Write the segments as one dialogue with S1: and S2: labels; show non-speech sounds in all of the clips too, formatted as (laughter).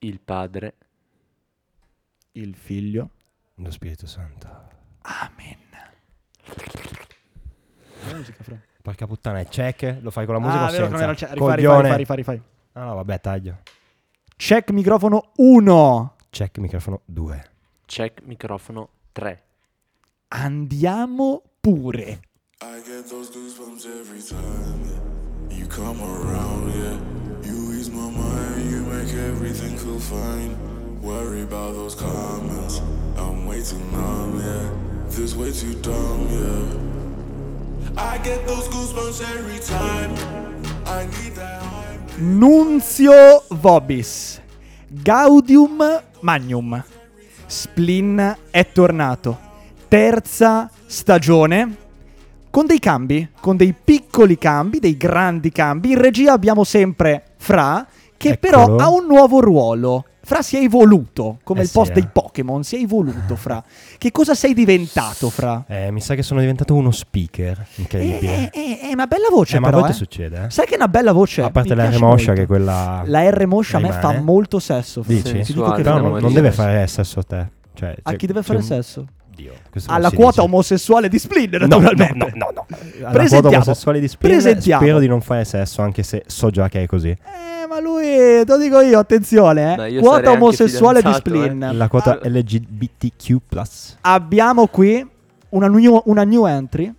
S1: il Padre,
S2: il Figlio.
S3: Lo Spirito Santo.
S2: Amen. La musica, fra.
S3: Porca puttana, è check? Lo fai con la musica
S2: ah,
S3: o
S2: vero che non
S3: senza?
S2: era il check. Rifai, rifai,
S3: Coglione.
S2: rifai, rifai, rifai.
S3: Ah, no, vabbè, taglio.
S2: Check microfono 1.
S3: Check microfono 2.
S1: check microfono 3.
S2: Andiamo pure.
S4: I get those goosebumps every time you come around, yeah. You ease my mind, you make everything feel fine. Worry about those comments, I'm way too numb, yeah. This way too dumb, yeah. I get those goosebumps every time. I need that high.
S2: Nunzio Vobis. Gaudium Magnum. Splin è tornato. Terza stagione. Con dei cambi, con dei piccoli cambi, dei grandi cambi. In regia abbiamo sempre Fra, che però
S3: Eccolo.
S2: ha un nuovo ruolo. Fra si è evoluto, come
S3: Eh
S2: il
S3: sì,
S2: post
S3: eh.
S2: dei Pokémon, si è evoluto Fra. Che cosa sei diventato Fra?
S3: Eh, mi sa che sono diventato uno speaker.
S2: Eh,
S3: Incredibile.
S2: eh, eh, è una bella voce
S3: Eh, ma a
S2: però,
S3: volte
S2: eh.
S3: succede, eh.
S2: Sai che è una bella voce?
S3: A
S2: Mi
S3: parte la
S2: piace
S3: R Moscia,
S2: molto.
S3: che quella...
S2: La R Moscia a me
S3: rimane.
S2: fa molto sesso. fra-
S3: Dici?
S2: Ti dico che
S1: Sensuale,
S2: fa
S3: Però non,
S1: amore
S3: non
S1: di
S3: deve
S1: sesso.
S3: fare sesso a te. Cioè,
S2: A
S3: cioè,
S2: chi deve
S3: c'è un-
S2: fare sesso?
S3: Dio. questo non
S2: Alla
S3: si
S2: quota
S3: dice.
S2: omosessuale di Splin,
S3: No, no,
S2: naturalmente.
S3: no, no, no. Alla quota
S2: Presentiamo.
S3: omosessuale di Spin,
S2: Presentiamo.
S3: spero di non fare sesso, anche se so già che è così.
S2: Eh, ma lui, te lo dico io, attenzione. eh.
S1: Dai, io
S2: quota
S1: sarei anche
S2: omosessuale di
S1: fidanzato,
S2: Splin.
S1: eh.
S3: La quota
S1: Ah.
S3: LGBTQ+.
S2: Abbiamo qui una new, una new entry.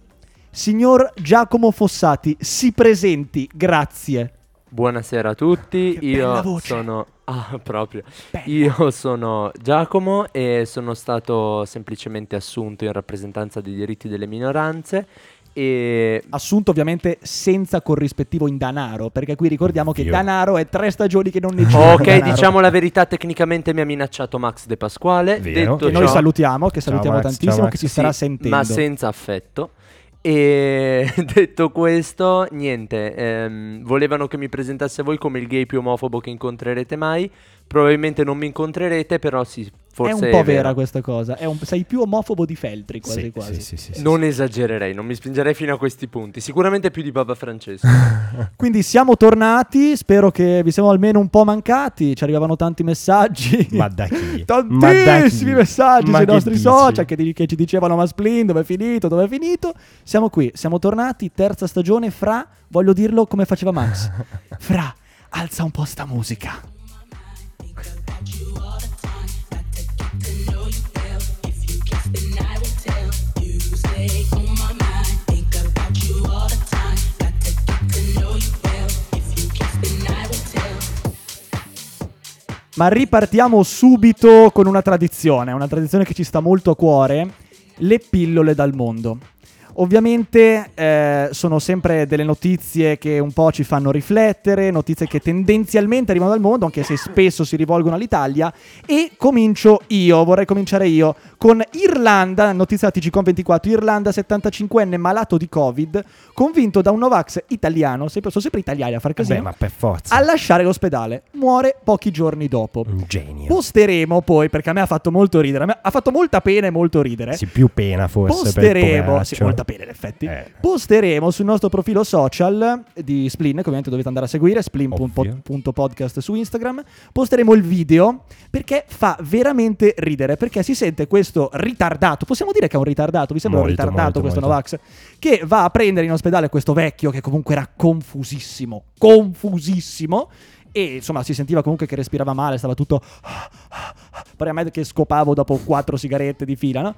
S2: Signor Giacomo Fossati, si presenti, grazie.
S1: Buonasera a tutti,
S2: Che bella
S1: io
S2: voce.
S1: sono... Ah, proprio.
S2: Bella.
S1: Io sono Giacomo e sono stato semplicemente assunto in rappresentanza dei diritti delle minoranze e...
S2: Assunto ovviamente senza corrispettivo in danaro, perché qui ricordiamo che
S3: Dio.
S2: danaro è tre stagioni che
S3: (laughs)
S2: non ne gira. (laughs)
S1: Ok,
S2: danaro.
S1: diciamo la verità, tecnicamente mi ha minacciato Max De Pasquale,
S3: Vero.
S1: detto
S2: Che noi
S1: ciò,
S2: salutiamo, che
S3: Ciao,
S2: salutiamo
S3: Max,
S2: tantissimo,
S3: ciao, Max.
S2: che ci
S3: Sì,
S2: starà sentendo.
S1: ma senza affetto. E (laughs) detto questo, niente, ehm, volevano che mi presentasse a voi come il gay più omofobo che incontrerete mai. Probabilmente non mi incontrerete, però sì, forse
S2: è un po' vera
S1: vero.
S2: questa cosa. È un- sei più omofobo di Feltri, quasi
S3: Sì,
S2: quasi.
S3: sì, sì, sì, sì.
S1: Non esagererei, non mi spingerei fino a questi punti. Sicuramente più di Papa
S2: (laughs)
S1: Francesco.
S2: Quindi siamo tornati. Spero che vi siamo almeno un po' mancati. Ci arrivavano tanti messaggi.
S3: Ma
S2: (laughs)
S3: da chi? Ma da
S2: Tantissimi
S3: chi?
S2: messaggi
S3: Ma
S2: sui
S3: che
S2: nostri
S3: dici?
S2: social che, di- che ci dicevano ma Splin dove è finito, dove è finito. Siamo qui, siamo tornati, terza stagione fra, voglio dirlo come faceva
S3: (laughs)
S2: Max. fra, alza un po' sta musica. Ma ripartiamo subito con una tradizione, una tradizione che ci sta molto a cuore, le pillole dal mondo. Ovviamente eh, sono sempre delle notizie che un po' ci fanno riflettere, notizie che tendenzialmente arrivano dal mondo, anche se spesso si rivolgono all'Italia. E comincio io, vorrei cominciare io, con Irlanda, notizia TGCOM24, Irlanda 75enne malato di Covid, convinto da un Novax italiano, sempre, sono sempre italiani a far casino,
S3: Vabbè, ma per forza.
S2: a lasciare l'ospedale. Muore pochi giorni dopo.
S3: Un genio.
S2: Posteremo poi, perché a me ha fatto molto ridere, a me ha fatto molta pena e molto ridere.
S3: Sì, più pena forse per
S2: Eh?
S3: il
S2: Posteremo,
S3: poveraccio.
S2: sì, molta pena in effetti.
S3: Eh.
S2: Posteremo sul nostro profilo social di Splin, che ovviamente dovete andare a seguire,
S3: Ovvio.
S2: splin.podcast su Instagram. Posteremo il video perché fa veramente ridere, perché si sente questo ritardato, possiamo dire che è un ritardato, vi sembra un
S3: Molto,
S2: ritardato
S3: molto,
S2: questo
S3: molto.
S2: Novax, che va a prendere in ospedale questo vecchio che comunque era confusissimo, confusissimo. E insomma si sentiva comunque che respirava male, stava tutto... Pare a me che scopavo dopo quattro sigarette di fila, no?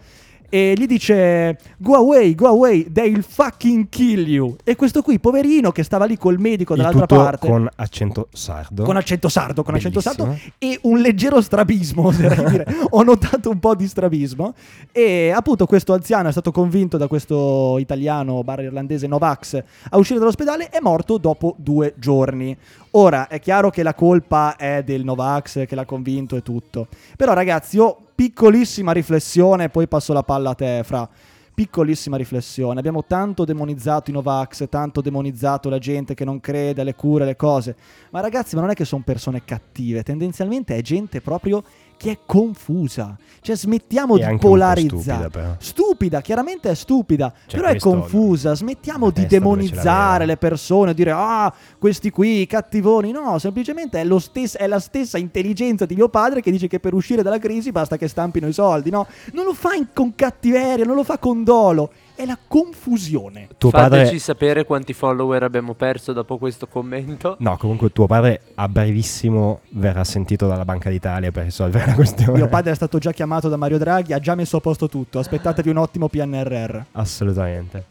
S2: E gli dice: Go away, go away, they'll fucking kill you. E questo qui, poverino, che stava lì col medico
S3: Il
S2: dall'altra
S3: tutto
S2: parte.
S3: con accento sardo.
S2: con accento sardo, con accento
S3: Bellissimo.
S2: sardo e un leggero strabismo, (laughs) oserei dire. Ho notato un po' di strabismo. E appunto questo anziano è stato convinto da questo italiano barra irlandese Novax a uscire dall'ospedale, è morto dopo due giorni. Ora, è chiaro che la colpa è del Novax che l'ha convinto e tutto. Però ragazzi, io piccolissima riflessione, poi passo la palla a te, Fra. Piccolissima riflessione, abbiamo tanto demonizzato i Novax, tanto demonizzato la gente che non crede alle cure, alle cose, ma ragazzi, ma non è che sono persone cattive, tendenzialmente è gente proprio che è confusa. Cioè, smettiamo
S3: E
S2: di
S3: anche un po'
S2: polarizzare.
S3: stupida, però.
S2: Stupida, chiaramente è stupida,
S3: Cioè,
S2: però è
S3: questo-
S2: confusa. Smettiamo
S3: la
S2: di
S3: testa dove ce
S2: demonizzare
S3: l'aveva.
S2: le persone, dire ah, questi qui, i cattivoni. No, semplicemente è, lo stes- è la stessa intelligenza di mio padre che dice che per uscire dalla crisi basta che stampino i soldi. No, non lo fa in- con cattiveria, non lo fa con dolo. È la confusione.
S3: Tuo
S1: Fateci
S3: padre...
S1: sapere quanti follower abbiamo perso dopo questo commento.
S3: No, comunque tuo padre a brevissimo verrà sentito dalla Banca d'Italia per risolvere la questione.
S2: Mio padre è stato già chiamato da Mario Draghi, ha già messo a posto tutto. Aspettatevi un ottimo PNRR.
S3: Assolutamente.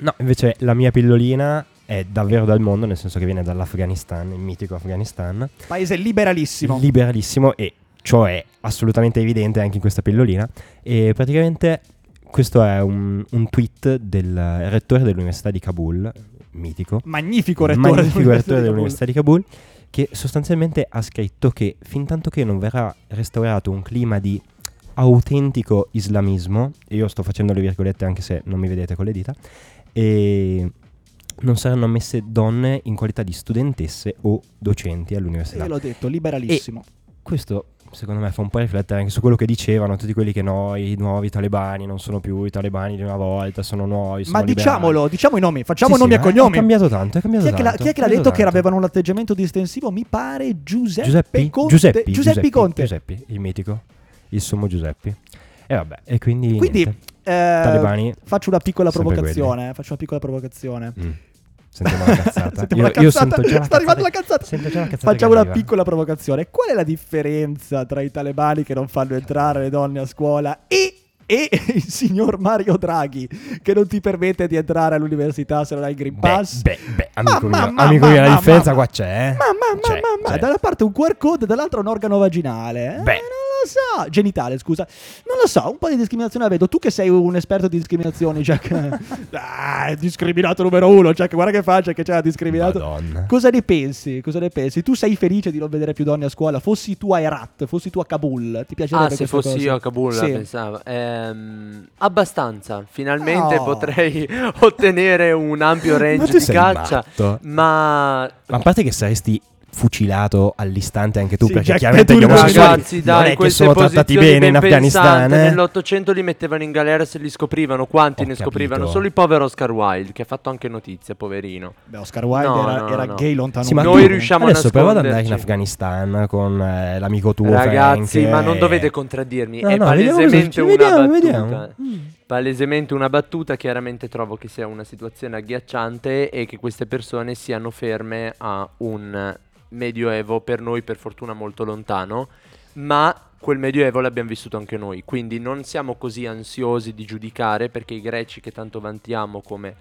S3: No, invece la mia pillolina è davvero dal mondo, nel senso che viene dall'Afghanistan, il mitico Afghanistan.
S2: Paese liberalissimo.
S3: liberalissimo e ciò è assolutamente evidente anche in questa pillolina. E praticamente questo è un, un tweet del rettore dell'Università di Kabul, mitico,
S2: Magnifico rettore
S3: magnifico
S2: dell'università.
S3: rettore dell'Università di Kabul, che sostanzialmente ha scritto che fin tanto che non verrà restaurato un clima di autentico islamismo, e io sto facendo le virgolette anche se non mi vedete con le dita, e non saranno ammesse donne in qualità di studentesse o docenti
S2: Sì,
S3: all'università.
S2: Ve l'ho detto, liberalissimo.
S3: Questo secondo me fa un po' riflettere anche su quello che dicevano tutti quelli che noi, i nuovi talebani, non sono più i talebani di una volta, sono nuovi. Sono
S2: Ma diciamolo, diciamo i nomi, facciamo
S3: Sì,
S2: nomi
S3: sì,
S2: e
S3: ma
S2: cognomi.
S3: È cambiato tanto, è cambiato
S2: Chi è che, la-
S3: tanto,
S2: chi è che l'ha
S3: è
S2: detto
S3: cambiato
S2: che
S3: tanto.
S2: avevano un atteggiamento distensivo? Mi pare Giuseppe,
S3: Giuseppe
S2: Conte.
S3: Giuseppe, Giuseppe-
S2: Conte.
S3: Giuseppe, il mitico, il sommo Giuseppe. E vabbè, e quindi...
S2: Quindi
S3: niente.
S2: eh,
S3: Talebani,
S2: faccio una piccola
S3: sempre
S2: provocazione. eh, Faccio una piccola provocazione.
S3: Mm. Sentiamo
S2: (laughs)
S3: la cazzata.
S2: Sentiamo
S3: Io-
S2: la
S3: io
S2: cazzata.
S3: sento già la
S2: Sta arrivando la
S3: cazzata-
S2: cazzata.
S3: sento già la cazzata
S2: Facciamo
S3: che
S2: una
S3: arriva.
S2: piccola provocazione. Qual è la differenza tra i talebani che non fanno entrare le donne a scuola e, e il signor Mario Draghi che non ti permette di entrare all'università se non hai il Green
S3: Beh,
S2: Pass?
S3: beh, beh, amico
S2: Ma, ma,
S3: mio,
S2: ma,
S3: amico
S2: ma,
S3: mio, la
S2: ma,
S3: differenza
S2: ma,
S3: qua c'è. eh?
S2: Ma, ma, ma,
S3: C'è,
S2: ma, ma,
S3: c'è.
S2: da una parte un QR code, dall'altra un organo vaginale. Eh,
S3: Beh.
S2: non lo so. Genitale, scusa. Non lo so, un po' di discriminazione la vedo. Tu che sei un esperto di discriminazioni,
S3: (laughs)
S2: Jack. ah, discriminato numero uno, Jack. Guarda che faccia che c'è discriminato.
S3: Madonna.
S2: Cosa ne pensi? Cosa ne pensi? Tu sei felice di non vedere più donne a scuola? Fossi tu a Herat, fossi tu a Kabul, ti piacerebbe
S1: Ah, se
S2: questa
S1: fossi
S2: cosa?
S1: io a Kabul, la
S2: Sì.
S1: pensavo. Ehm, abbastanza. Finalmente
S2: No.
S1: potrei (laughs) ottenere un ampio
S3: Ma
S1: range
S3: tu
S1: di
S3: sei
S1: caccia.
S3: matto?
S1: Ma
S3: Ma a parte che saresti fucilato all'istante anche tu,
S2: Sì,
S3: perché
S2: Jack,
S3: chiaramente
S2: tu
S3: gli
S2: li puoi-
S3: omosessuali
S1: ragazzi,
S3: non
S1: dai,
S3: è che
S1: queste
S3: sono trattati
S1: posizioni
S3: bene in
S1: ben
S3: Afghanistan.
S1: pensanti,
S3: eh.
S1: Nell'Ottocento li mettevano in galera se li scoprivano. Quanti
S3: Ho
S1: ne scoprivano?
S3: capito.
S1: Solo il povero Oscar Wilde, che ha fatto anche notizia, poverino.
S2: Beh, Oscar Wilde
S1: No,
S2: era,
S1: no,
S2: era
S1: no.
S2: gay lontano.
S3: Sì, ma
S1: noi
S3: tu
S1: riusciamo a
S3: adesso prova ad andare in
S1: nasconderci.
S3: Afghanistan con eh, l'amico tuo.
S1: Ragazzi,
S3: Frank,
S1: ma non
S3: e-
S1: dovete contraddirmi.
S3: No,
S1: È
S3: no, vediamo cosa
S1: palesemente
S3: succede.
S1: una
S3: Vediamo,
S1: battuta.
S3: vediamo. Mm.
S1: Palesemente una battuta. Chiaramente trovo che sia una situazione agghiacciante e che queste persone siano ferme a un medioevo per noi, per fortuna, molto lontano. Ma quel medioevo l'abbiamo vissuto anche noi. Quindi non siamo così ansiosi di giudicare perché i greci che tanto vantiamo come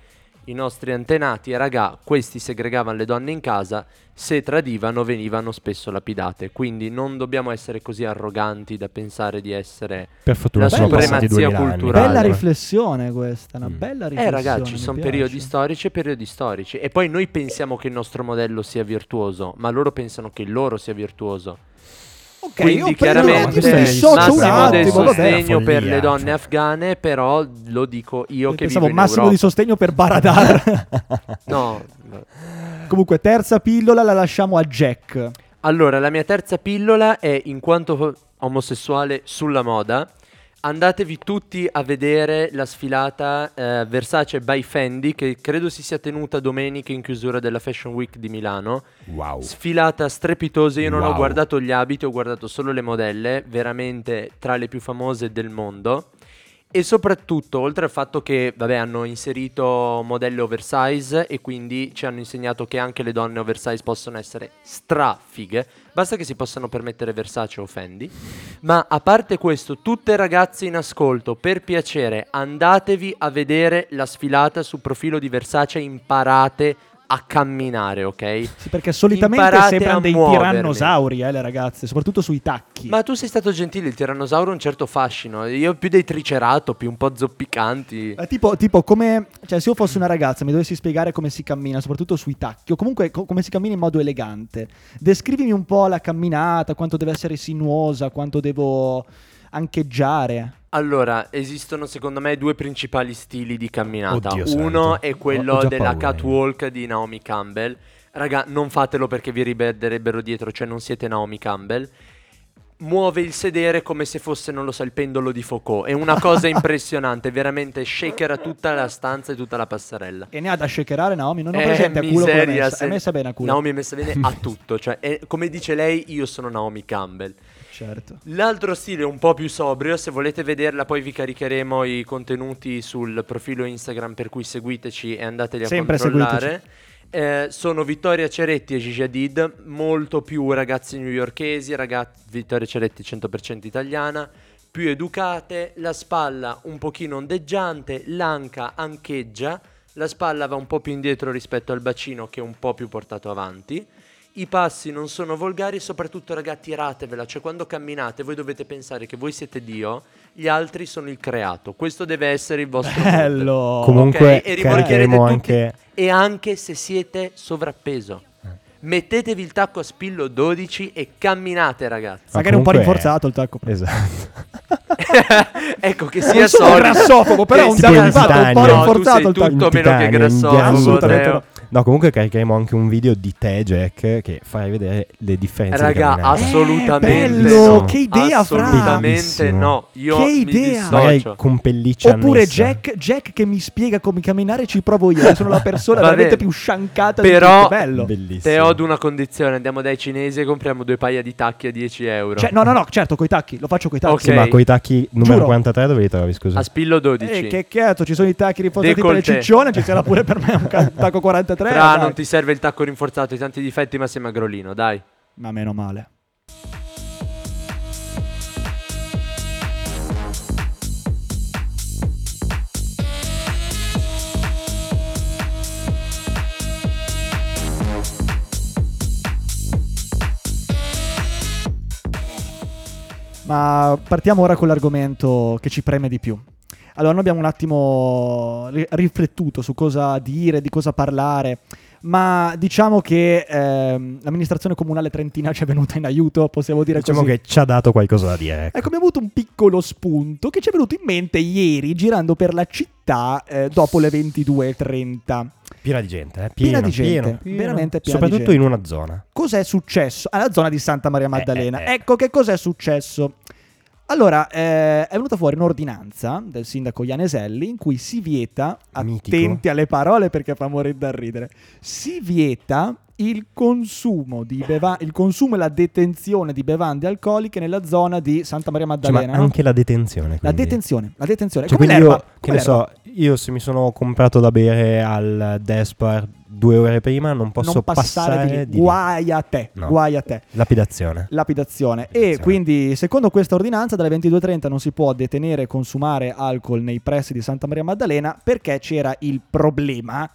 S1: i nostri antenati, raga, questi segregavano le donne in casa, se tradivano venivano spesso lapidate, quindi non dobbiamo essere così arroganti da pensare di essere... eh,
S3: Per fortuna
S1: La
S3: sono passati
S1: supremazia
S3: 2000 anni.
S1: culturale.
S2: Bella
S1: Bravo.
S2: riflessione questa, una
S3: Mm.
S2: bella
S1: Eh
S2: riflessione.
S1: raga,
S2: mi
S1: ci sono
S2: piace.
S1: periodi storici e periodi storici e poi noi pensiamo che il nostro modello sia virtuoso, ma loro pensano che il loro sia virtuoso.
S2: Ok,
S1: Quindi
S2: io
S1: chiaramente
S3: questo è il
S2: dissocio un
S3: massimo
S1: massimo del
S2: attimo, vabbè.
S1: sostegno per
S3: Follia,
S1: le donne
S3: cioè.
S1: afghane, però lo dico io che
S2: Pensavo
S1: vivo in
S2: massimo di
S1: Europa.
S2: sostegno per Baradar. (laughs)
S1: No,
S2: Comunque, terza pillola la lasciamo a Jack.
S1: Allora, la mia terza pillola è in quanto omosessuale sulla moda. Andatevi tutti a vedere la sfilata eh, Versace by Fendi che credo si sia tenuta domenica in chiusura della Fashion Week di Milano.
S3: Wow.
S1: Sfilata strepitosa, io non ho
S3: Wow.
S1: guardato gli abiti, ho guardato solo le modelle, veramente tra le più famose del mondo. E soprattutto, oltre al fatto che, vabbè, hanno inserito modelle oversize e quindi ci hanno insegnato che anche le donne oversize possono essere strafighe, basta che si possano permettere Versace o Fendi. Ma a parte questo, tutte ragazze in ascolto, per piacere, andatevi a vedere la sfilata sul profilo di Versace, imparate a camminare, ok?
S2: Sì, perché solitamente
S1: Imparate
S2: sembrano
S1: a
S2: dei
S1: muovervi.
S2: tirannosauri, eh, le ragazze, soprattutto sui tacchi.
S1: Ma tu sei stato gentile, il tirannosauro ha un certo fascino, io più dei triceratopi, un po' zoppicanti.
S2: Eh, Tipo, tipo come, cioè, se io fossi una ragazza mi dovessi spiegare come si cammina, soprattutto sui tacchi, o comunque co- come si cammina in modo elegante. Descrivimi un po' la camminata, quanto deve essere sinuosa, quanto devo ancheggiare.
S1: Allora, esistono secondo me due principali stili di camminata.
S3: Oddio
S1: Uno
S3: santo.
S1: è
S3: Ho-
S1: quello
S3: ho già
S1: della
S3: paura.
S1: catwalk di Naomi Campbell. Raga, non fatelo perché vi riberderebbero dietro, cioè non siete Naomi Campbell. muove il sedere come se fosse, non lo so, il pendolo di Foucault. È una
S2: (laughs)
S1: cosa impressionante, veramente shakera tutta la stanza e tutta la passerella.
S2: E ne ha da shakerare Naomi, non ho
S1: Eh,
S2: presente a culo come
S1: miseria,
S2: messa.
S1: se-
S2: È messa bene a culo.
S1: Naomi è messa bene
S2: (laughs)
S1: a tutto, cioè, è- come dice lei, io sono Naomi Campbell.
S2: Certo.
S1: L'altro stile un po' più sobrio, se volete vederla poi vi caricheremo i contenuti sul profilo Instagram per cui seguiteci e andateli a
S2: Sempre
S1: controllare. Eh, sono Vittoria Ceretti e Gigi Hadid, molto più ragazzi newyorkesi, ragazzi, Vittoria Ceretti 100% italiana, più educate, la spalla un pochino ondeggiante, l'anca ancheggia, la spalla va un po' più indietro rispetto al bacino che è un po' più portato avanti. I passi non sono volgari, soprattutto ragazzi tiratevela, cioè quando camminate voi dovete pensare che voi siete Dio, gli altri sono il creato. Questo deve essere il vostro mood.
S2: Bello.
S3: Comunque
S1: Ok, e rimarcherete
S3: caricheremo
S1: tutti-
S3: anche...
S1: E anche se siete sovrappeso. Mettetevi il tacco a spillo 12 e camminate ragazzi. (laughs)
S2: Magari un po'
S3: comunque è-
S2: rinforzato il tacco.
S3: Esatto.
S1: ecco (laughs) che
S2: Non
S1: sia
S2: sono
S1: solido.
S2: grassofobo, Boh, però
S1: Che
S2: è un
S1: sia
S3: tacco
S1: solido.
S3: fatto, un po'
S1: No, tu
S2: rinforzato
S1: sei
S2: il tacco.
S1: tutto meno che
S3: Titanio,
S1: grassofobo.
S3: indiano.
S1: Teo.
S3: No, comunque caricheremo anche un video di te, Jack, che farai vedere le differenze. di
S1: Raga,
S3: camminata.
S1: assolutamente
S2: Eh, bello,
S1: no.
S2: che idea, Fra.
S1: Assolutamente
S3: Bellissimo.
S1: no. Io
S2: Che
S1: mi
S2: idea.
S1: dissocio.
S3: Magari con pelliccia
S2: Oppure
S3: annessa.
S2: Jack, Jack che mi spiega come camminare, ci provo io. Sono la persona
S1: Vabbè.
S2: veramente più sciancata
S1: Però-
S2: di tutte. Bello.
S3: Bellissimo.
S1: Te ho ad una condizione, andiamo dai cinesi e compriamo due paia di tacchi a 10 euro.
S2: Cioè, no, no, no, certo, coi tacchi, lo faccio coi tacchi.
S3: Sì,
S1: ok.
S3: ma coi tacchi numero
S2: Giuro.
S3: 43 dove li trovi, scusa?
S1: a spillo 12.
S2: Eh, che cazzo, ci sono i tacchi rinforzati per le
S1: Décolleté.
S2: ciccione, ci sarà pure per me un ca- tacco 43.
S1: Fra,
S2: dai.
S1: non ti serve il tacco rinforzato, hai tanti difetti, ma sei magrolino, dai.
S2: Ma meno male. Ma partiamo ora con l'argomento che ci preme di più. Allora, noi abbiamo un attimo ri- riflettuto su cosa dire, di cosa parlare, ma diciamo che ehm, l'amministrazione comunale trentina ci è venuta in aiuto, possiamo dire
S3: diciamo
S2: così.
S3: che ci ha dato qualcosa da dire. ecco.
S2: Ecco, abbiamo avuto un piccolo spunto che ci è venuto in mente ieri girando per la città eh, dopo le 22.30.
S3: Piena di gente, eh?
S2: Piena
S3: Pieno,
S2: di gente,
S3: pieno, pieno.
S2: veramente piena di
S3: Soprattutto
S2: gente.
S3: in una zona.
S2: Cos'è successo? Alla zona di Santa Maria Maddalena.
S3: Eh, eh, eh.
S2: Ecco che cos'è successo. Allora, eh, è venuta fuori un'ordinanza del sindaco Ianeselli in cui si vieta,
S3: Mitico.
S2: attenti alle parole perché fa morire da ridere, si vieta il consumo, di beva- il consumo e la detenzione di bevande alcoliche nella zona di Santa Maria
S3: Cioè,
S2: Maddalena.
S3: ma
S2: no?
S3: anche la detenzione.
S2: La
S3: quindi.
S2: detenzione, la detenzione.
S3: Cioè,
S2: come
S3: quindi
S2: l'erba,
S3: io,
S2: come
S3: che ne
S2: l'erba.
S3: so, io se mi sono comprato da bere al Despar due ore prima non posso
S2: non passare, di lì.
S3: lì.
S2: Guai a te,
S3: No.
S2: guai a te.
S3: Lapidazione.
S2: Lapidazione. E
S3: Lapidazione.
S2: quindi, secondo questa ordinanza, dalle 22.30 non si può detenere e consumare alcol nei pressi di Santa Maria Maddalena perché c'era il problema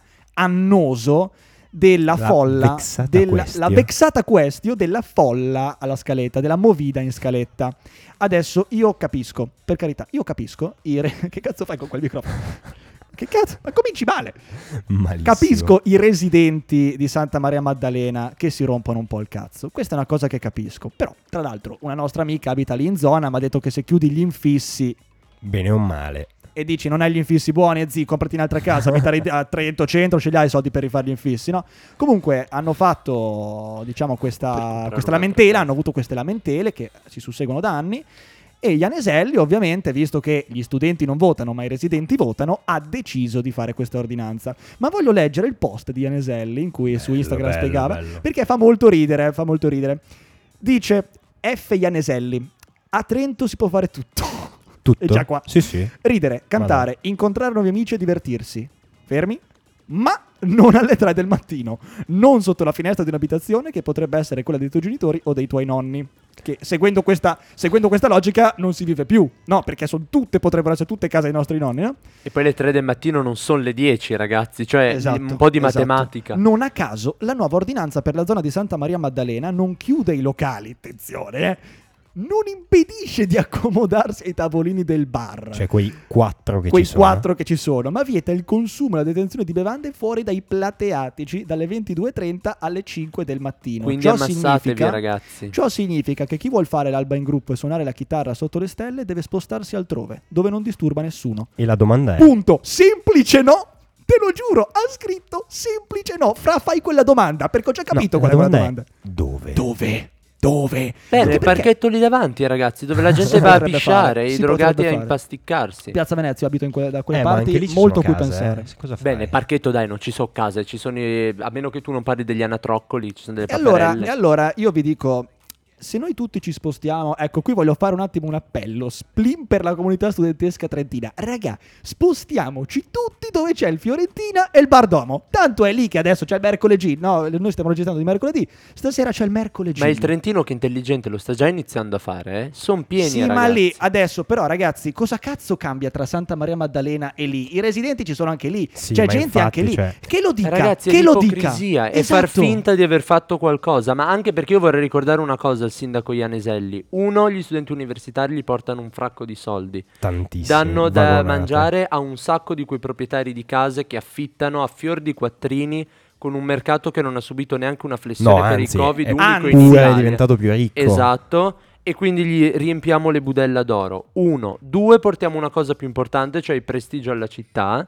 S2: annoso della
S3: La
S2: folla,
S3: vexata
S2: della,
S3: questio.
S2: la vexata questio della folla alla scaletta, della movida in scaletta. Adesso io capisco, per carità, io capisco. i re- (laughs) che cazzo fai con quel
S3: (laughs)
S2: microfono? che cazzo? Ma cominci male.
S3: Malissimo.
S2: Capisco i residenti di Santa Maria Maddalena che si rompono un po' il cazzo. Questa è una cosa che capisco. Però, tra l'altro, una nostra amica abita lì in zona, mi ha detto che se chiudi gli infissi
S3: Bene o male.
S2: e dici non hai gli infissi buoni, eh, zii, comprati un'altra casa,
S1: (laughs)
S2: abitare a Trento Centro, ce li hai i soldi per rifare gli infissi, no? Comunque hanno fatto, diciamo,
S1: Per
S2: questa,
S1: comprare
S2: questa
S1: un'altra
S2: lamentela,
S1: casa.
S2: hanno avuto queste lamentele che si susseguono da anni e Ianeselli, ovviamente, visto che gli studenti non votano ma i residenti votano, ha deciso di fare questa ordinanza. Ma voglio leggere il post di Ianeselli in cui su
S3: Bello,
S2: Instagram
S3: bello,
S2: spiegava,
S3: bello.
S2: perché fa molto ridere, fa molto ridere. Dice F. Ianeselli, a Trento si può fare tutto.
S3: Tutto.
S2: È Eh, già qua.
S3: Sì, sì.
S2: Ridere, cantare,
S3: Madonna.
S2: incontrare nuovi amici e divertirsi. Fermi? Ma non alle 3 del mattino. Non sotto la finestra di un'abitazione che potrebbe essere quella dei tuoi genitori o dei tuoi nonni. Che seguendo questa, seguendo questa logica non si vive più. No, perché sono tutte, potrebbero essere tutte case dei nostri nonni, no?
S1: E poi le 3 del mattino non sono le 10, ragazzi, cioè
S2: Esatto,
S1: un po' di
S2: esatto.
S1: matematica.
S2: Non a caso, la nuova ordinanza per la zona di Santa Maria Maddalena non chiude i locali, attenzione, eh. Non impedisce di accomodarsi ai tavolini del bar.
S3: Cioè quei quattro che
S2: quei
S3: ci sono. eh.
S2: quattro che ci sono, ma vieta il consumo e la detenzione di bevande fuori dai plateatici dalle 22.30 alle 5 del mattino.
S1: Quindi
S2: Ciò
S1: ammassatevi,
S2: significa-
S1: ragazzi.
S2: Ciò significa che chi vuol fare l'alba in gruppo e suonare la chitarra sotto le stelle deve spostarsi altrove, dove non disturba nessuno.
S3: E la domanda è...
S2: Punto. Semplice no? Te lo giuro, ha scritto semplice no. Fra fai quella domanda, perché ho già capito
S3: No,
S2: qual è
S3: la
S2: quella
S3: domanda
S2: domanda.
S3: è Dove? Eh,
S2: Dove? Dove?
S1: Beh,
S2: Dove?
S1: nel
S2: Perché?
S1: parchetto lì davanti, ragazzi, dove la gente
S2: Si
S1: va a
S2: potrebbe fare,
S1: pisciare, i
S2: si
S1: drogati
S2: potrebbe
S1: a
S2: fare.
S1: impasticcarsi.
S2: Piazza Venezia, io abito in que- da quelle
S3: Eh, ma anche lì
S2: parti,
S3: ci
S2: molto a
S3: sono
S2: cui
S3: case,
S2: pensare.
S3: eh. Cosa fai?
S1: Beh, nel parchetto dai, non ci sono case, ci sono i- a meno che tu non parli degli anatroccoli, ci sono delle
S2: E allora,
S1: paperelle.
S2: e allora io vi dico, se noi tutti ci spostiamo, ecco qui voglio fare un attimo un appello, splin per la comunità studentesca trentina. Raga, spostiamoci tutti dove c'è il Fiorentina e il Bardomo. Tanto è lì che adesso c'è il mercoledì, no, noi stiamo registrando di mercoledì, stasera c'è il mercoledì.
S1: Ma il Trentino che è intelligente lo sta già iniziando a fare, eh? Sono pieni,
S2: Sì,
S1: ragazzi.
S2: ma lì adesso, però, ragazzi, cosa cazzo cambia tra Santa Maria Maddalena e lì? I residenti ci sono anche lì.
S3: Sì,
S2: c'è
S3: ma
S2: gente
S3: infatti,
S2: anche lì.
S3: cioè-
S2: Che lo dica,
S1: Ragazzi,
S2: che
S1: è
S2: lo dica.
S1: ipocrisia e far
S2: Esatto.
S1: finta di aver fatto qualcosa, ma anche perché io vorrei ricordare una cosa al sindaco Ianeselli. Uno, gli studenti universitari gli portano un fracco di soldi.
S3: Tantissimi.
S1: danno da
S3: vagonate.
S1: mangiare a un sacco di quei proprietari di case che affittano a fior di quattrini con un mercato che non ha subito neanche una flessione
S3: No,
S1: per
S3: anzi,
S1: il Covid,
S3: è
S1: unico
S2: anzi,
S1: in
S3: pure
S1: Italia.
S3: diventato più ricco.
S1: Esatto. E quindi gli riempiamo le budella d'oro. Uno. Due, portiamo una cosa più importante, cioè il prestigio alla città.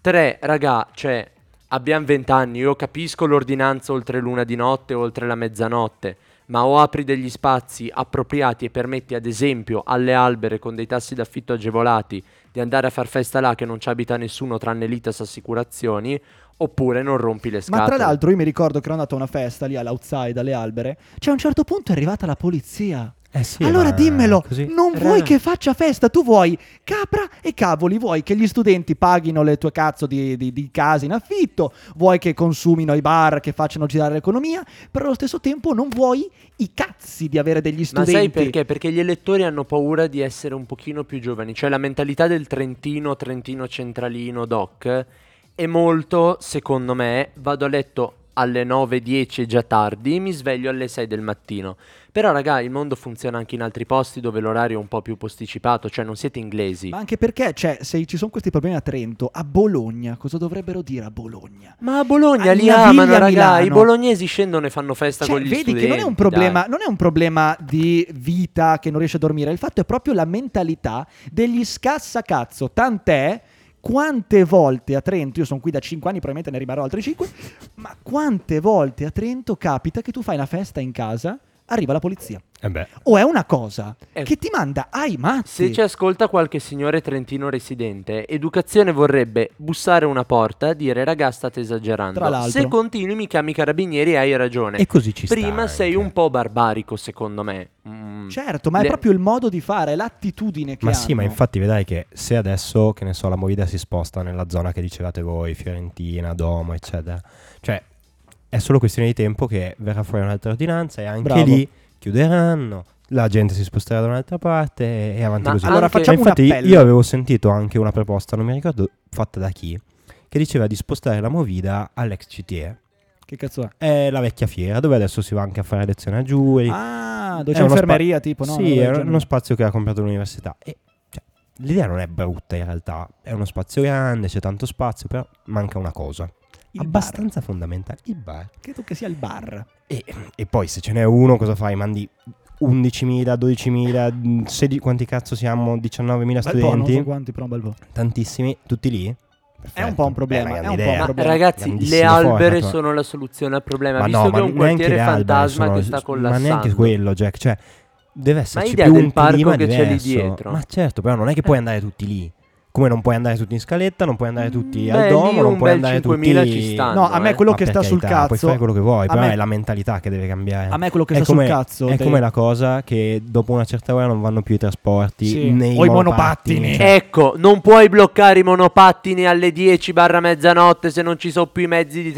S1: Tre, raga, cioè, abbiamo vent'anni, io capisco l'ordinanza oltre l'una di notte, oltre la mezzanotte, ma o apri degli spazi appropriati e permetti, ad esempio, alle albere con dei tassi d'affitto agevolati di andare a far festa là che non ci abita nessuno tranne l'ITAS Assicurazioni, oppure non rompi le
S2: Ma
S1: scatole.
S2: tra l'altro io mi ricordo che ero andato a una festa lì all'outside, alle albere, cioè a un certo punto è arrivata la polizia.
S3: Eh sì,
S2: allora
S3: ma
S2: dimmelo,
S3: così.
S2: non vuoi
S1: Raga.
S2: che faccia festa, tu vuoi capra e cavoli, vuoi che gli studenti paghino le tue cazzo di, di- di case in affitto, vuoi che consumino i bar, che facciano girare l'economia, però allo stesso tempo non vuoi i cazzi di avere degli
S1: Ma
S2: studenti.
S1: sai perché? Perché gli elettori hanno paura di essere un pochino più giovani, cioè la mentalità del Trentino, Trentino centralino, doc, è molto, secondo me, vado a letto alle 9.10 è già tardi, mi sveglio alle 6 del mattino. Però raga, il mondo funziona anche in altri posti dove l'orario è un po' più posticipato, cioè non siete inglesi.
S2: Ma anche perché, cioè, se ci sono questi problemi a Trento, a Bologna, cosa dovrebbero dire a Bologna?
S1: Ma a Bologna
S2: Ah,
S1: li
S2: nella
S1: amano,
S2: Viglia
S1: raga,
S2: Milano.
S1: i bolognesi scendono e fanno festa
S2: Cioè,
S1: con gli
S2: vedi
S1: studenti.
S2: che non è,
S1: dai.
S2: un problema, non è un problema di vita che non riesce a dormire, il fatto è proprio la mentalità degli scassacazzo, tant'è quante volte a Trento, io sono qui da 5 anni, probabilmente ne rimarrò altri 5, ma quante volte a Trento capita che tu fai una festa in casa, arriva la polizia.
S3: Eh beh.
S2: O è una cosa
S1: Eh.
S2: che ti manda ai
S1: Se
S2: mazzi.
S1: ci ascolta qualche signore trentino residente, educazione vorrebbe bussare una porta, dire raga state esagerando.
S2: Tra l'altro.
S1: Se continui mi chiami i carabinieri e hai ragione.
S3: E così ci eh. sta
S1: Prima sei
S3: anche.
S1: un po' barbarico secondo me. Mm.
S2: Certo, ma è
S1: Le-
S2: proprio il modo di fare, è l'attitudine che
S3: Ma sì, ma
S2: hanno.
S3: infatti vedrai che se adesso, che ne so, la movida si sposta nella zona che dicevate voi, Fiorentina, Domo, eccetera, cioè è solo questione di tempo che verrà fuori un'altra ordinanza e anche
S2: Bravo.
S3: lì chiuderanno, la gente si sposterà da un'altra parte e, e avanti
S1: Ma
S3: così.
S2: Allora
S1: anche-
S2: facciamo
S3: Ma
S2: un
S3: infatti
S2: appello.
S3: io avevo sentito anche una proposta, non mi ricordo fatta da chi, che diceva di spostare la movida all'ex CTE.
S2: Che cazzo è?
S3: È la vecchia fiera, dove adesso si va anche a fare lezione a giuri.
S2: Ah, dove
S3: È
S2: c'è
S3: uno spa-
S2: infermeria tipo, no? Una
S3: Sì,
S2: roba
S3: è
S2: del
S3: uno
S2: genere.
S3: spazio che ha comprato l'università. E cioè, l'idea non è brutta in realtà. È uno spazio grande, c'è tanto spazio, però manca una cosa.
S2: Il bar.
S3: abbastanza fondamentale, il bar.
S2: Credo che sia il bar.
S3: E, e poi se ce n'è uno, cosa fai? Mandi 11.000, 12.000, 16, quanti cazzo siamo? 19.000
S2: Bel po', non
S3: studenti? Eh.
S2: so quanti, però un bel po'.
S3: Tantissimi, tutti lì?
S2: È un
S3: Perfetto.
S2: po' un problema,
S3: una
S2: è
S3: grande
S2: un po' un
S3: idea.
S1: Ma
S2: problema.
S1: ragazzi, le
S3: Grandissimo
S1: albere
S3: format, ma-
S1: sono la soluzione al problema,
S3: Ma
S1: visto
S3: no,
S1: che
S3: ma
S1: è un
S3: neanche
S1: quartiere
S3: le alberi
S1: fantasma
S3: sono-
S1: che sta collassando.
S3: Ma neanche quello, Jack. Cioè, deve esserci
S1: idea
S3: più
S1: del
S3: un
S1: parco
S3: clima
S1: che c'è lì
S3: diverso.
S1: dietro.
S3: Ma certo, però non è che puoi andare tutti lì. Come non puoi andare tutti in scaletta, non puoi andare tutti al
S1: Beh,
S3: domo,
S1: lì
S3: non
S1: un
S3: puoi
S1: bel
S3: andare
S1: 5.000
S3: tutti...
S1: ci stanno.
S2: No, a me
S1: eh.
S2: quello
S3: Ma
S2: che
S3: per
S2: sta sul
S3: carità, Puoi
S2: cazzo.
S3: fare quello che vuoi,
S2: a
S3: però
S2: me-
S3: ah, è la mentalità che deve cambiare.
S2: A me quello che
S3: è
S2: sta sul
S3: come,
S2: cazzo.
S3: è
S2: dei-
S3: come la cosa che dopo una certa ora non vanno più i trasporti
S2: Sì.
S3: nei
S2: O i
S3: monopattini.
S2: monopattini.
S3: Cioè,
S1: Ecco, non puoi bloccare i monopattini alle 10 barra mezzanotte se non ci sono più i mezzi di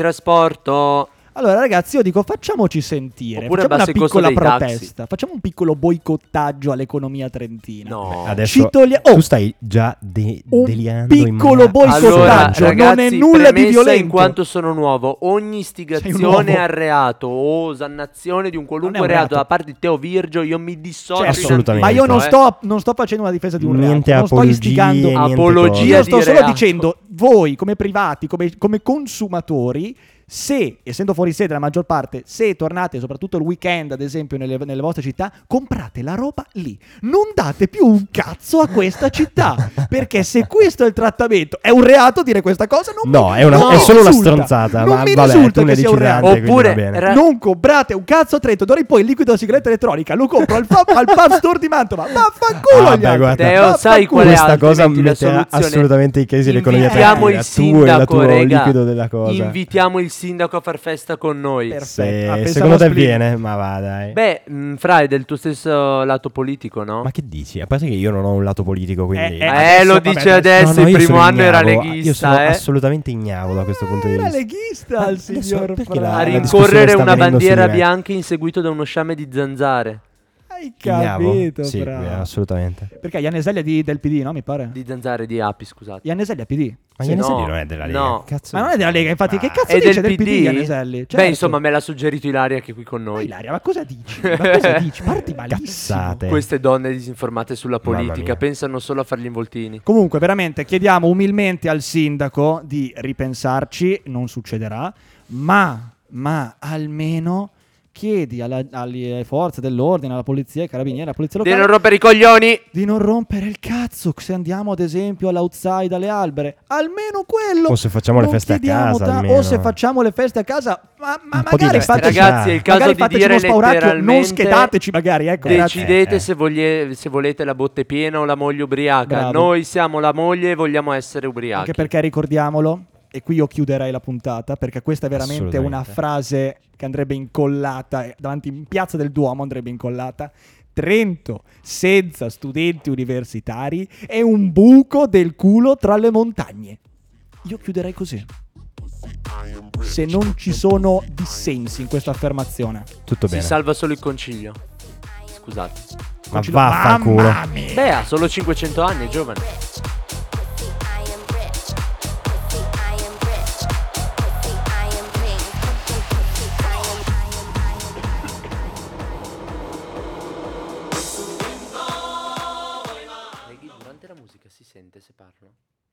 S1: trasporto.
S2: Allora, ragazzi, io dico facciamoci sentire.
S1: Oppure
S2: facciamo una
S1: abbassa il costo
S2: piccola
S1: dei taxi.
S2: protesta. Facciamo un piccolo boicottaggio all'economia trentina.
S1: No.
S3: Adesso
S2: Ci toglie- oh!
S3: tu stai già de-
S2: Un
S3: delirando in
S2: piccolo
S3: maniera
S1: Allora,
S2: boicottaggio.
S3: assurda.
S2: non è
S1: ragazzi,
S2: nulla di
S1: premessa
S2: violento.
S1: In quanto sono nuovo, ogni
S2: Sei un uomo.
S1: istigazione al reato o osannazione di un qualunque
S2: Non è un
S1: reato.
S2: reato.
S1: da parte di Teo Virgio, io mi dissocio.
S2: Certo.
S1: in
S3: Assolutamente.
S2: Ma io non
S1: anticipo, eh.
S2: sto, non sto facendo una difesa di un reato.
S3: niente
S2: Non sto
S3: apologie,
S2: istigando.
S3: niente
S1: Apologia
S2: Io
S1: Via
S3: cose.
S2: sto
S1: di
S2: solo
S1: reato.
S2: dicendo, voi come privati, come, come consumatori, Se, essendo fuori sede la maggior parte, se tornate soprattutto il weekend, ad esempio, nelle, nelle vostre città, comprate la roba lì. Non date più un cazzo a questa
S3: (laughs)
S2: città. perché se questo è il trattamento, è un reato dire questa cosa? Non
S3: No,
S2: mi-
S3: è, una-
S2: non
S3: è
S2: mi
S3: solo una
S2: risulta.
S3: stronzata.
S2: Non
S3: ma
S2: mi
S3: vabbè,
S2: risulta
S3: tu ne
S2: che sia
S3: dici
S2: un reato.
S3: tante, quindi
S1: Oppure
S3: va bene.
S1: ra-
S2: Non comprate un cazzo a Trento, d'ora in poi il liquido della sigaretta elettronica lo compro al, pub- al pub store di Mantova. Vaffanculo
S3: Ah,
S2: agli
S3: beh,
S2: altri.
S3: guarda,
S1: Teo, sai
S2: Vaffanculo.
S1: quale
S3: Questa
S1: altri
S3: cosa
S1: metti la
S3: metterà
S1: soluzione?
S3: assolutamente in crisi l'economia
S1: Invitiamo
S3: italiana,
S1: il
S3: tu e la
S1: sindaco,
S3: tua
S1: raga.
S3: liquido della cosa.
S1: Invitiamo il sindaco a far festa con noi.
S2: Perfetto.
S3: Se-
S2: Ah, pensavo
S3: secondo
S2: a
S3: te
S2: Split.
S3: viene? Ma va dai.
S1: Beh, mh, Fra è del tuo stesso lato politico, no?
S3: Ma che dici? A parte che io non ho un lato politico, quindi...
S1: Eh,
S2: Eh, eh, adesso,
S1: lo
S2: vabbè,
S1: dice
S2: adesso-
S1: adesso,
S3: No, no,
S1: il
S3: io
S1: primo
S3: sono
S1: anno era
S3: ignavo, Io sono
S1: leghista, eh.
S3: assolutamente ignavo da questo punto di
S2: Era
S3: vista.
S2: leghista il
S3: Adesso
S2: signor
S3: perché
S2: Fra.
S3: la-
S1: A
S3: la
S1: rincorrere
S3: sta
S1: una
S3: venendo su
S1: bandiera
S3: di me.
S1: bianca inseguito da uno sciame di zanzare.
S2: Hai
S3: Ignavo?
S2: capito,
S3: Sì,
S2: Fra.
S3: eh, assolutamente.
S2: Perché Ianneselli è di- del PD, no? Mi pare.
S1: Di zanzare, di api, scusate.
S2: Ianneselli è PD.
S3: Ma
S1: Sì,
S3: Iannis
S1: no,
S3: Elio non è della Lega.
S1: no.
S3: Cazzo
S2: Ma non è
S3: dici? Ah, eh.
S2: della Lega, infatti,
S3: Ma-
S2: che cazzo
S1: È
S2: dice
S1: del PD?
S2: Ianneselli? Certo.
S1: Beh, insomma, me l'ha suggerito Ilaria che è qui con
S2: Ma
S1: noi.
S2: Ilaria, ma cosa dici? Ma
S3: (laughs)
S2: cosa dici? Parti malissimo.
S3: Cazzate.
S1: Queste donne disinformate sulla
S3: Mamma
S1: politica
S3: mia.
S1: pensano solo a fargli involtini.
S2: Comunque, veramente chiediamo umilmente al sindaco di ripensarci, non succederà, ma, ma almeno chiedi alla- alle forze dell'ordine, alla polizia, ai carabinieri, alla polizia
S1: Devi
S2: locale
S1: non rompere i coglioni!
S2: di non rompere il cazzo se andiamo ad esempio all'outside alle albere almeno quello
S3: O se facciamo le
S2: Non
S3: feste a
S2: chiediamo
S3: casa,
S2: ta-
S3: almeno.
S2: o se facciamo le feste a casa ma, ma
S3: Un po' di
S2: magari
S3: feste,
S2: fateci
S1: Ragazzi, è il caso
S2: magari
S1: di
S2: fateci
S1: dire
S2: uno spauracchio non
S1: letteralmente
S2: schedateci magari ecco grazie.
S1: Decidete
S3: Eh, eh.
S1: Se, voglie- se volete la botte piena o la moglie ubriaca.
S2: Bravo.
S1: Noi siamo la moglie e vogliamo essere ubriachi.
S2: anche perché ricordiamolo e qui io chiuderei la puntata perché questa è veramente
S3: Assolutamente.
S2: una frase che andrebbe incollata eh, davanti in piazza del Duomo andrebbe incollata Trento senza studenti universitari è un buco del culo tra le montagne io chiuderei così se non ci sono dissensi in questa affermazione
S3: Tutto
S1: Si
S3: bene.
S1: salva solo il concilio. Scusate.
S3: Ma
S2: Concilio-
S3: vaffanculo.
S2: Mamma mia!
S1: Beh, ha solo 500 anni, è giovane.